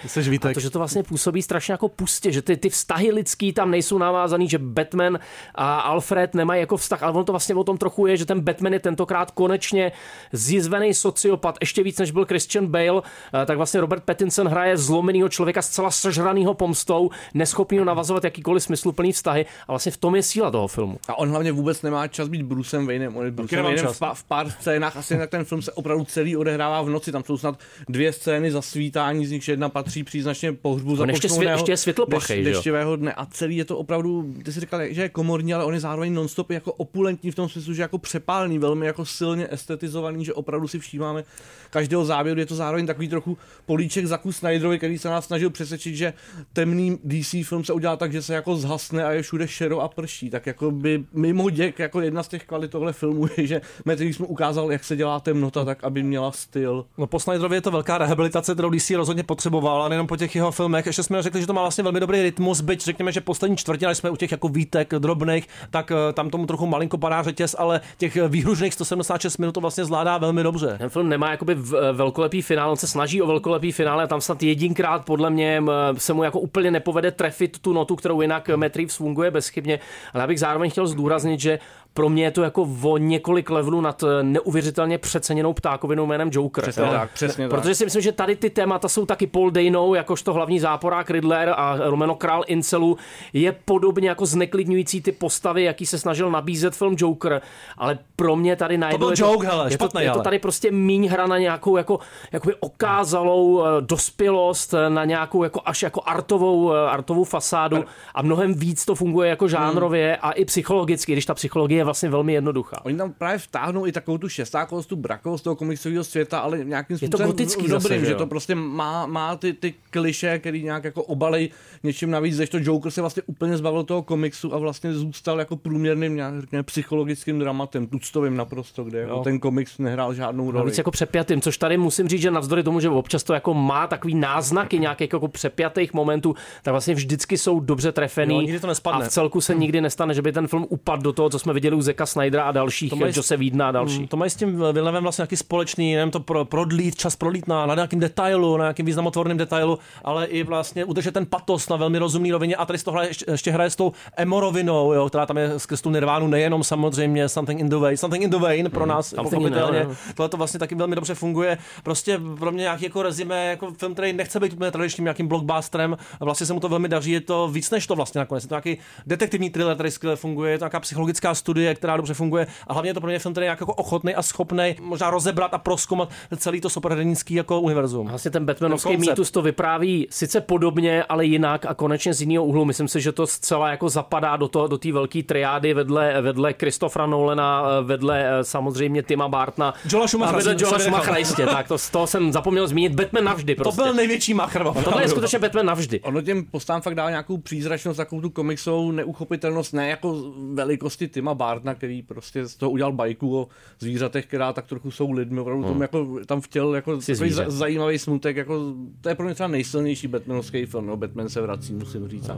A to, že to vlastně působí strašně jako pustě, že ty, ty vztahy lidský tam nejsou navázaný, že Batman a Alfred nemají jako vztah, ale ono to vlastně o tom trochu je, že ten Batman je tentokrát konečně zjizvený sociopat, ještě víc než byl Christian Bale, eh, tak vlastně Robert Pattinson hraje zlomenýho člověka zcela sežraného pomstou, neschopného navazovat jakýkoliv smysluplný vztahy a vlastně v tom je síla toho filmu.
A on hlavně vůbec nemá čas být Brucem Waynem. On je Brucem
nemám
Waynem
čas.
v, pa- v pár scénách. Asi tak ten film se opravdu celý odehrává v noci. Tam jsou snad dvě scény za svítání, z nichž jedna patří příznačně pohřbu za
On ještě svě- ještě je světloplachej, že jo?
deštivého dne. A celý je to opravdu, ty jsi říkal, že je komorní, ale on je zároveň nonstop jako opulentní v tom smyslu, že jako přepálný, velmi jako silně estetizovaný, že opravdu si všímáme každého záběru. Je to zároveň takový trochu políček Zaku Snyderovi, který se nás snažil přesvědčit, že temný DC film se udělá tak, že se jako zhasne a je všude šero a prší. Tak jako by mimo děk, jako jedna z těch kvalit tohle filmu je, že Matrix mu ukázal, jak se dělá temnota, tak aby měla styl.
No po Snyderovi je to velká rehabilitace, kterou DC rozhodně potřeboval, a nejenom po těch jeho filmech. Ještě jsme řekli, že to má vlastně velmi dobrý rytmus, byť řekněme, že poslední čtvrtina, když jsme u těch jako výtek drobných, tak eh, tam tomu trochu malinko padá řetěz, ale těch eh, výhružných 176 minut to vlastně zvládá velmi dobře.
Ten film nemá jakoby v- eh, velkolepý finále, on se snaží o velkolepý finále a tam snad jedinkrát podle mě m, se mu jako úplně nepovede trefit tu notu, kterou jinak Matt Reeves funguje bezchybně. Ale já bych zároveň chtěl zdůraznit, že Pro mě je to jako o několik levelů nad eh, neuvěřitelně přeceněnou ptákovinou jménem Joker.
Přesně
jo.
tak, přesně tak.
Protože si myslím, že tady ty témata jsou taky Paul Danou, jakožto hlavní záporák Riddler a Romano Král Incelu je podobně jako zneklidňující ty postavy, jaký se snažil nabízet film Joker, ale pro mě tady najednou...
byl
je
joke, hele,
je to,
špatnej,
je to
ale.
tady prostě míň hra na nějakou jako, jakoby okázalou eh, dospělost, eh, na nějakou jako až jako artovou, eh, artovou fasádu a mnohem víc to funguje
Hmm.
jako žánrově a i psychologicky, když ta psychologie je vlastně velmi jednoduchá.
Oni tam právě vtáhnou i takovou tu šestákost, tu brakost toho komiksového světa, ale nějakým
to
způsobem
gotický
dobrým,
zase, že
že
jo?
to prostě má, má ty, ty kliše, který nějak jako obalej něčím navíc, když to Joker se vlastně úplně zbavil toho komiksu a vlastně zůstal jako průměrným nějak, řekněme, psychologickým dramatem, tuctovým naprosto, kde jako
Jo.
ten komiks nehrál žádnou roli.
Navíc jako přepjatým, což tady musím říct, že navzdory tomu, že občas to jako má takový náznaky nějakých jako přepjatých momentů, tak vlastně vždycky jsou dobře
Jo,
trefený
nikdy to
a
nespadne.
v celku se nikdy nestane, že by ten film upadl do toho, co jsme viděli u Zeka Snydera a dalších,
To mají-
Jose Vídna a další.
Mm, To mají s tím Villenevem vlastně nějaký společný, jenom to pro, prodlít, čas prodlít na, na nějakým detailu, na nějakým významotvorným detailu, ale i vlastně udržet ten patos na velmi rozumný rovině a tady se to hraje, ještě- ještě hraje s tou emorovinou, jo, která tam je skrz tu nirvánu nejenom samozřejmě Something in the Way, Something in the Vein pro nás
Something in the
pochopitelně,
Vein.
tohle to vlastně taky velmi dobře funguje, prostě pro mě nějaký jako rezime, jako film, který nechce být úplně tradičním nějakým blockbusterem, a vlastně se mu to velmi daří, je to víc než to vlastně nakonec, je to nějaký detektivní thriller, který skvěle funguje, je to nějaká psychologická studie, která dobře funguje a hlavně je to pro mě film, který je nějak jako ochotný a schopný možná rozebrat a proskoumat celý to superhrdinský jako univerzum.
Vlastně ten Batmanovský
Ten koncept.
mýtus to vypráví sice podobně, ale jinak a konečně z jiného úhlu. Myslím si, že to zcela jako zapadá do toho, do té velké triády vedle, vedle Kristofra Nolena, eh, vedle eh, samozřejmě Tima Bartna.
Joela
a
Schumachera
vedle
jsem
Joela
vynechal.
Schumachera, jistě, tak to, to jsem zapomněl zmínit. Batman navždy prostě.
byl největší machr.
Tohle je skutečně Batman navždy.
Ono těm postám fakt dá nějakou přízračnost, takovou tu komiksovou neuchopitelnost, ne jako velikosti Tima Bartna, který prostě z toho udělal bajku o zvířatech, která tak trochu jsou lidmi, opravdu
Hmm.
hmm. tom jako, tam vtěl jako takový
zvíře.
za- zajímavý smutek, jako, to je pro mě třeba nejsilnější Batmanovský film, no Batman se vrací, musím říct. A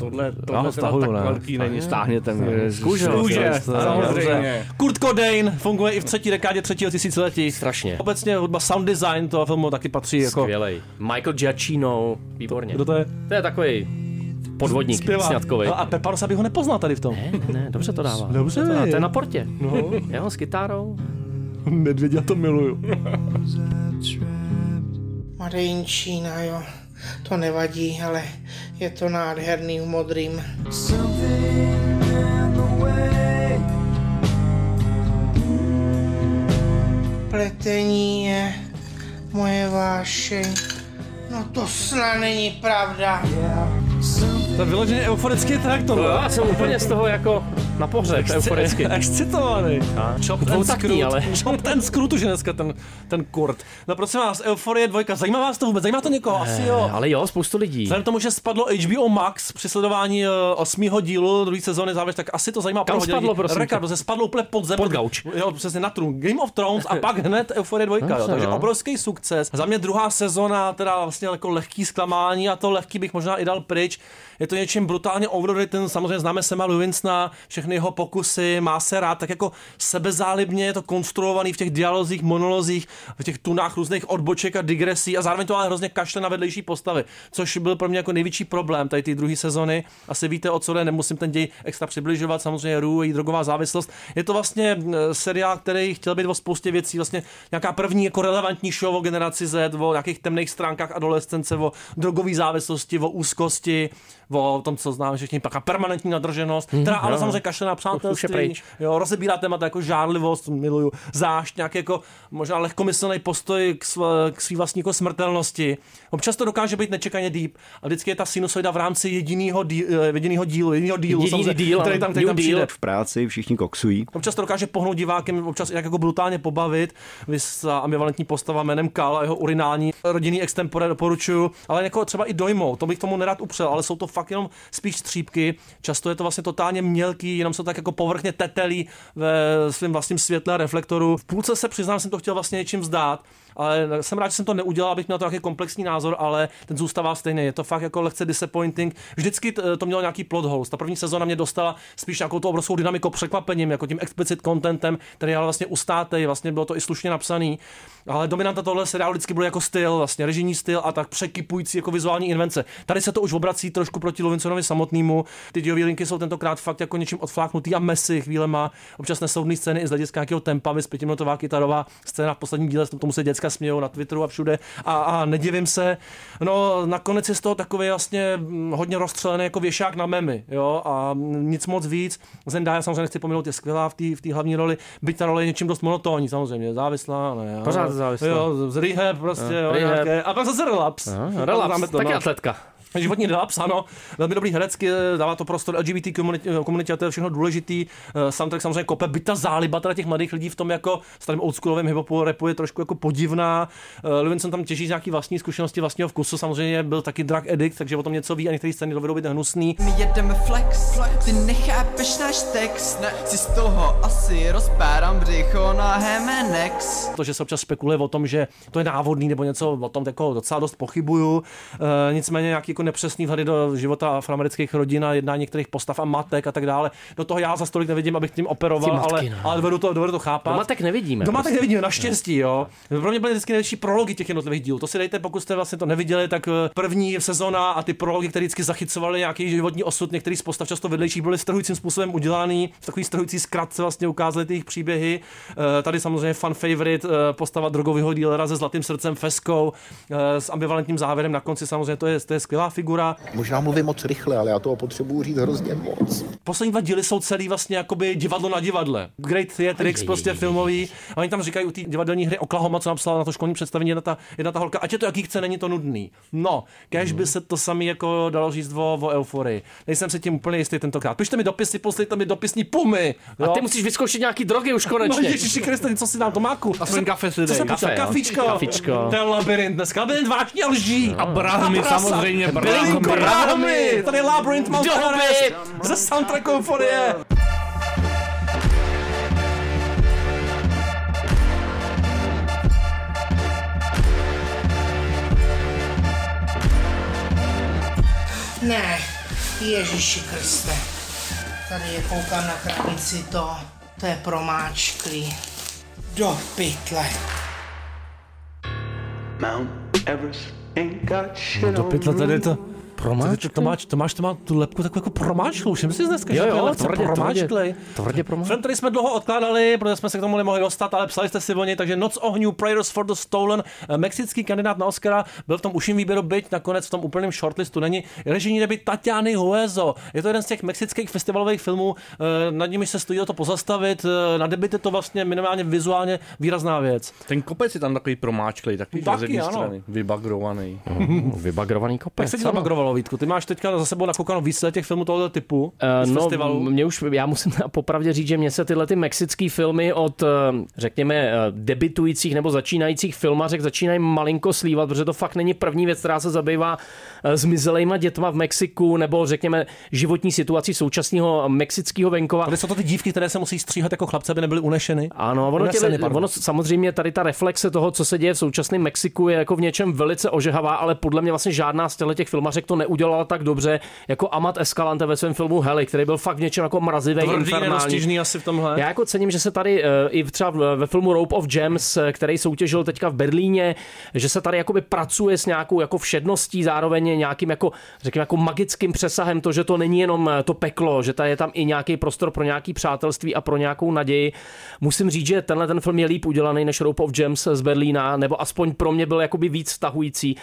tohle,
Oh. Já
tohle
ho
teda
stahuju,
tak
ne?
velký není, stáhněte mě.
Kůže,
Kůže,
samozřejmě.
samozřejmě.
Kurt Cobain funguje i v třetí dekádě třetího tisíciletí. Strašně. Obecně hudba sound design toho filmu taky patří jako...
Skvělej. Michael Giacchino, výborně.
Kdo to je?
To je takový podvodník,
Zpěvák.
sňatkovej.
No A Peparosa bych ho nepoznal tady v tom. Ne,
ne, dobře to dává.
Dobře.
To, to je na portě.
No.
Jo, s kytárou.
Medvědě to miluju.
Made in China, jo. To nevadí, ale je to nádherný v modrým. Pletení je moje vášeň. No to snad není pravda.
To je vyloženě euforický traktor.
No, já jsem úplně z toho jako na pohřeb, euforicky.
Excitovaný. Chop ten
Kontaktní,
skrut,
ale.
ale. Chop ten skrut už je dneska ten, ten kurt. No prosím vás, Euforie dvojka, zajímá vás to vůbec? Zajímá to někoho? Asi jo.
Eh, Ale jo, spoustu lidí.
Vzhledem k tomu, že spadlo HBO Max při sledování eh, osmého dílu druhé sezóny závěr, tak asi to zajímá
Kam
pro hodně
spadlo,
lidí.
prosím
Rekard,
tě?
se spadlo úplně pod zem.
Pod gauč.
Jo, přesně na trůn. Game of Thrones a pak hned Euforie 2.
No,
jo,
co
takže
no.
obrovský sukces. Za mě druhá sezona, teda vlastně jako lehký zklamání a to lehký bych možná i dal pryč. Je to něčím brutálně overrated, samozřejmě známe Sema Lewinsna, všechny jeho pokusy, má se rád, tak jako sebezálibně je to konstruovaný v těch dialozích, monolozích, v těch tunách různých odboček a digresí a zároveň to ale hrozně kašle na vedlejší postavy, což byl pro mě jako největší problém tady ty druhé sezony. Asi víte, o co jde, nemusím ten děj extra přibližovat, samozřejmě Rue, její drogová závislost. Je to vlastně eh, seriál, který chtěl být o spoustě věcí, vlastně nějaká první jako relevantní show o generaci Z, o nějakých temných stránkách adolescence, o drogové závislosti, o úzkosti, o tom, co známe všichni, pak a permanentní nadrženost,
Mhm,
která ale
jo.
samozřejmě kašle na
už je
přátelství,
pryč.
jo, rozebírá témata jako žárlivost, miluju, zášť, nějaký jako možná lehkomyslný postoj k, sv, k svý vlastní jako smrtelnosti. Občas to dokáže být nečekaně deep a vždycky je ta sinusoida v rámci jedinýho, dí, eh, jedinýho dílu, jedinýho dílu,
Jediný
samozřejmě,
díl,
který tam, který tam přijde.
V práci všichni koksují.
Občas to dokáže pohnout divákem, občas i tak jako brutálně pobavit. Vy s ambivalentní postava jménem Kal a jeho urinální rodinný extempore doporučuju, ale jako třeba i dojmout, to bych tomu nerad upřel, ale jsou to fakt jenom spíš střípky. Často je to vlastně totálně mělký, jenom se tak jako povrchně tetelí ve svém vlastním světle a reflektoru. V půlce se přiznám, jsem to chtěl vlastně něčím vzdát, ale jsem rád, že jsem to neudělal, abych měl to nějaký komplexní názor, ale ten zůstává stejný. Je to fakt jako lehce disappointing. Vždycky t- to mělo nějaký plot holes. Ta první sezóna mě dostala spíš nějakou tu obrovskou dynamikou překvapením, jako tím explicit contentem, který je ale vlastně ustátej, vlastně bylo to i slušně napsaný. Ale dominanta tohle seriálu vždycky bude jako styl, vlastně režijní styl a tak překypující jako vizuální invence. Tady se to už obrací trošku proti Lovinconovi samotnému. Ty dějové linky jsou tentokrát fakt jako něčím odfláknutý a mesy chvílema. Občas nesoudný scény i z hlediska nějakého tempa, vys pětiminutová kytarová scéna v posledním díle, tomu se děcka smějou na Twitteru a všude a, a nedivím se. No, nakonec je z toho takový vlastně mm, hodně rozstřelený jako věšák na memy, jo, a nic moc víc. Zendaya samozřejmě nechci pominout, je skvělá v té v té hlavní roli, byť ta role je něčím dost monotónní, samozřejmě, závislá, ne, jo.
Pořád závislá.
Jo, z rehab prostě,
Jo,
jo,
rehab.
nějaké, a pak zase relaps.
Aha, relaps,
Dáme
taky atletka.
Životní relaps, ano, velmi dobrý herecky, eh, dává to prostor LGBT komunitě, eh, komunitě a to je všechno důležitý. Eh, Soundtrack samozřejmě kope byta záliba teda těch mladých lidí v tom jako starým oldschoolovém hiphopu rapu je trošku jako podivná. Eh, Levinson tam těží z nějaký vlastní zkušenosti, vlastního vkusu, samozřejmě byl taky drug addict, takže o tom něco ví a některé scény dovedou být hnusný.
My jedeme flex, ty nechápeš náš text, si z toho asi rozpárám břicho na hemenex.
To, že se občas spekuluje o tom, že to je návodný nebo něco, o tom jako docela dost pochybuju. E, nicméně nějaký jako nepřesný vhledy do života afroamerických rodin a jednání některých postav a matek a tak dále. Do toho já za stolik nevidím, abych tím operoval,
Ty matky,
ale,
no.
ale dovedu to, dovedu to chápat.
Do matek nevidíme
Do matek
prostě.
nevidíme, naštěstí, jo. Pro mě byly vždycky největší prology těch jednotlivých dílů. To si dejte, pokud jste vlastně to neviděli, tak eh, první sezona a ty prology, které vždycky zachycovaly nějaký životní osud některých z postav, často vedlejších, byly strhujícím způsobem udělaný. V takový strhující zkratce vlastně ukázaly ty jejich příběhy. Eh, Tady samozřejmě fan favorite, eh, postava drogového dílera se zlatým srdcem, feskou, eh, s ambivalentním závěrem na konci, samozřejmě to je, to je skvělá figura.
Možná mluvím moc rychle, ale já toho potřebuji říct hrozně moc.
Poslední dva díly jsou celý vlastně jakoby divadlo na divadle. Great Theatrics,
Aj,
prostě
aj, aj,
filmový. A oni tam říkají u té divadelní hry Oklahoma, co napsala na to školní představení jedna ta, jedna ta holka, ať je to jaký chce, není to nudný. No, kež by se to sami jako dalo říct o, o euforii. Nejsem si tím úplně jistý tentokrát. Pište mi dopisy, poslejte mi dopisní pumy.
A ty musíš vyzkoušet nějaký drogy už konečně.
No, Ježíši Kriste, něco si dám do máku.
Aspoň kafe si
co
dej.
jsem
Kafe,
počítal?
jo.
Kafičko.
Kafičko.
Ten labirint dneska. Labirint vážně lží. A
brahmy,
prasa.
samozřejmě,
Bylinko,
brahmy.
brahmy. Tady labirint mám
Do
Forest. Ze soundtracku Euforie.
Ne, Ježíši Kriste. Tady je koukám na krabici to, to je promáčklý. Do pytle.
Mount Everest ain't got shit
Do
on
pytle
me.
tady to... Promáčkle? To, máš, to máš, to má tu lepku takovou jako promáčlou, všem si dneska,
Jo,
že to je
jo,
lepce
tvrdě, No.
promáčklej.
tvrdě, tvrdě promáčklej.
Film, který jsme dlouho odkládali, protože jsme se k tomu nemohli dostat, ale psali jste si o něj, takže Noc ohňů, Prayers for the Stolen, eh, mexický kandidát na Oscara, byl v tom uším výběru, byť nakonec v tom úplném shortlistu není. Režijní debit Tatiany Huezo. Je to jeden z těch mexických festivalových filmů, eh, nad nimi se stojí o to pozastavit, eh, na debit je to vlastně minimálně vizuálně výrazná věc.
Ten kopec je tam takový promáčklej, taky,
Taky,
taky z jedné
ano.
strany. Vybagrovaný.
Vybagrovaný kopec.
Jak se ti to
ano.
bagrovalo, Vítku? Ty máš teďka za sebou nakoukáno více těch filmů tohoto typu
Eh,
z
No,
festivalu.
mě už, já musím teda popravdě říct, že mě se tyhle ty mexické filmy od, eh, řekněme, eh, debitujících nebo začínajících filmařek začínají malinko slívat, protože to fakt není první věc, která se zabývá eh, zmizelejma dětma v Mexiku nebo, řekněme, životní situací současného mexického venkova.
Tady jsou to ty dívky, které se musí stříhat jako chlapce, aby nebyly unešeny.
Ano, a ono, tě,
Uneseny, pardon.
ono samozřejmě tady ta reflexe toho, co se děje v současném Mexiku, je jako v něčem velice ožehavá, ale podle mě vlastně žádná z těchto těch filmařek to neudělala tak dobře jako Amat Escalante ve svém filmu Heli, který byl fakt v něčem jako mrazivý,
Tvrdý,
infernální.
nedostižný asi v tomhle.
Já jako cením, že se tady eh, i třeba v- ve filmu Rope of Gems, eh, který soutěžil teďka v Berlíně, že se tady jakoby pracuje s nějakou jako všedností, zároveň nějakým jako, řekněme, jako magickým přesahem, to, že to není jenom eh, to peklo, že tady je tam i nějaký prostor pro nějaký přátelství a pro nějakou naději. Musím říct, že tenhle ten film je líp udělaný než Rope of Gems z Berlína, nebo aspoň pro mě byl jakoby víc vztahující,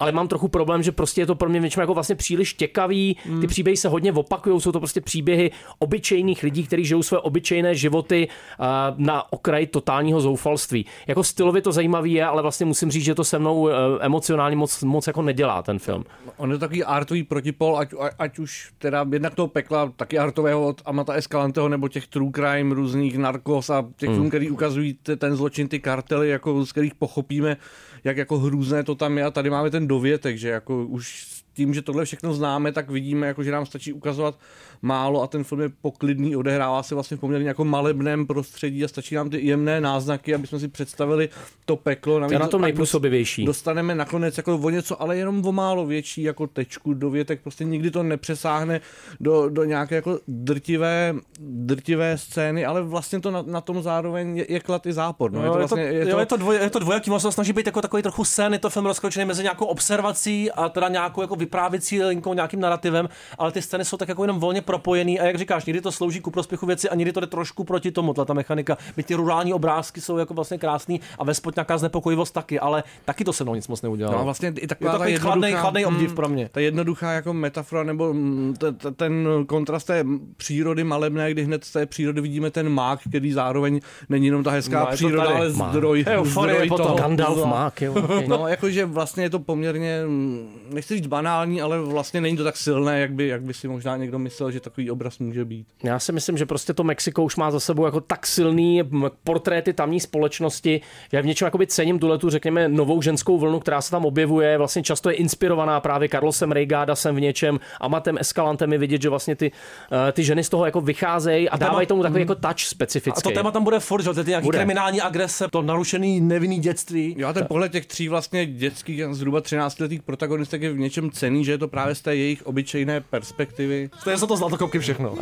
ale mám trochu problém, že prostě je to pro mě většinou jako vlastně příliš těkavý, ty příběhy se hodně opakují, jsou to prostě příběhy obyčejných lidí, kteří žijou své obyčejné životy eh, na okraji totálního zoufalství. Jako stylově to zajímavý je, ale vlastně musím říct, že to se mnou eh, emocionálně moc, moc jako nedělá ten film.
On je takový artový protipol, ať, a- ať už teda jednak toho pekla, taky artového od Amata Escalanteho, nebo těch true crime, různých narkos a těch
Hmm.
filmů, který ukazují te- ten zločin, ty kartely, jako, z kterých pochopíme, jak jako hrůzné to tam je. A tady máme ten dovětek, že jako už tím, že tohle všechno známe, tak vidíme, jako, že nám stačí ukazovat málo a ten film je poklidný, odehrává se vlastně v poměrně jako malebném prostředí a stačí nám ty jemné náznaky, aby jsme si představili to peklo.
To je na tom
a
nejpůsobivější.
Dostaneme nakonec jako o něco, ale jenom o málo větší jako tečku do větek, prostě nikdy to nepřesáhne do, do nějaké jako drtivé, drtivé scény, ale vlastně to na, na tom zároveň je, je klad i zápor. No.
No,
je to vlastně,
je to, jo, je to, dvoj, je to dvojaký, on se to snaží být jako takový trochu sen, je to film rozkročený mezi nějakou observací a teda nějakou jako vyprávěcí linkou, nějakým narrativem, ale ty scény jsou tak jako jenom volně propojený a jak říkáš, někdy to slouží ku prospěchu věci a někdy to jde trošku proti tomu, ta mechanika. Byť ty rurální obrázky jsou jako vlastně krásný a ve spod nějaká znepokojivost taky, ale taky to se mnou nic moc neudělalo.
No a vlastně i
je
taková
to
ta
takový
jednoduchá,
chladný, chladný obdiv
mm,
pro mě.
Ta jednoduchá jako metafora nebo mm, t- t- ten kontrast té přírody malebné, kdy hned z té přírody vidíme ten mák, který zároveň není jenom ta hezká
No, je to
příroda,
tady.
ale
Mák.
zdroj,
Euforie
zdroj
potom.
toho.
Gandalf,
zla.
mák, jo, okay.
No jakože vlastně je to poměrně, mm, nechci říct banální, ale vlastně není to tak silné, jak by, jak by si možná někdo myslel, že takový obraz může být.
Já si myslím, že prostě to Mexiko už má za sebou jako tak silný m, portréty tamní společnosti. Já v něčem jakoby cením tuhle tu, řekněme, novou ženskou vlnu, která se tam objevuje. Vlastně často je inspirovaná právě Carlosem Reigádasem v něčem, Amatem Escalantem je vidět, že vlastně ty, eh, ty ženy z toho jako vycházejí a
téma-
dávají tomu takový
Mhm.
jako touch specifický.
A to téma tam bude furt, že to je nějaký
Bude.
kriminální agrese, to narušený nevinný dětství.
Jo, a ten pohled těch tří vlastně dětských, zhruba 13-letých protagonistek je v něčem cený, že je to právě z té jejich obyčejné perspektivy.
To je za to zlatokopky všechno.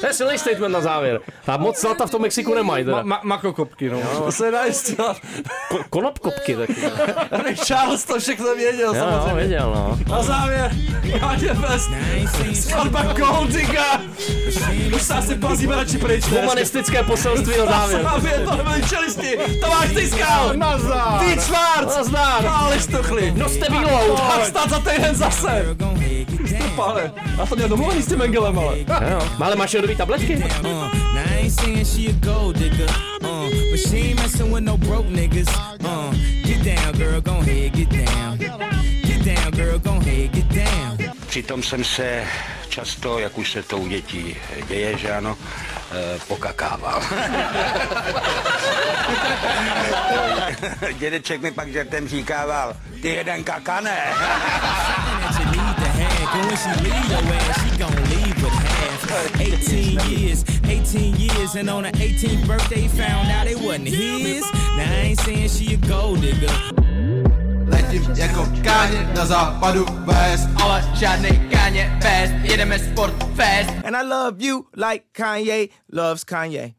To je silný statement na závěr. A moc zlata v tom Mexiku nemají. Teda.
Ma- ma- makokopky, no.
To se dá ještě dělat.
Ko- konopkopky taky.
Charles to všechno věděl,
Jo,
samozřejmě.
věděl, no.
Na závěr, Kádě Fest, skladba Goldinga. Už se asi plazíme radši pryč. ne?
Humanistické poselství na závěr.
Na závěr, tohle byli čelisti. Tomáš Tyskal.
Nazdar.
Vít Švárc.
Nazdar.
Aleš Tuchli.
Noste bílou.
A vstát za týden zase. Pane, já jsem měl domluvený s tím Engelem, ale.
Ale máš jodový tabletky?
Uh, now I ain't saying she a gold digger, uh, but she ain't messing with no broke niggas. Uh, get down, girl, go ahead, get down. Get down, girl, go ahead, get down.
Přitom jsem se často, jak už se to u dětí děje, že ano, eh, pokakával. Dědeček mi pak žertem říkával, ty jeden kakane.
And when she leave your ass, she gon' leave with half. 18 years, 18 years, and on her 18th birthday, found out it wasn't his. Now I ain't saying she a gold digger.
Letím jako káně na západu vést Ale žádnej káně vést, jedeme sport fest
And I love you like Kanye loves Kanye.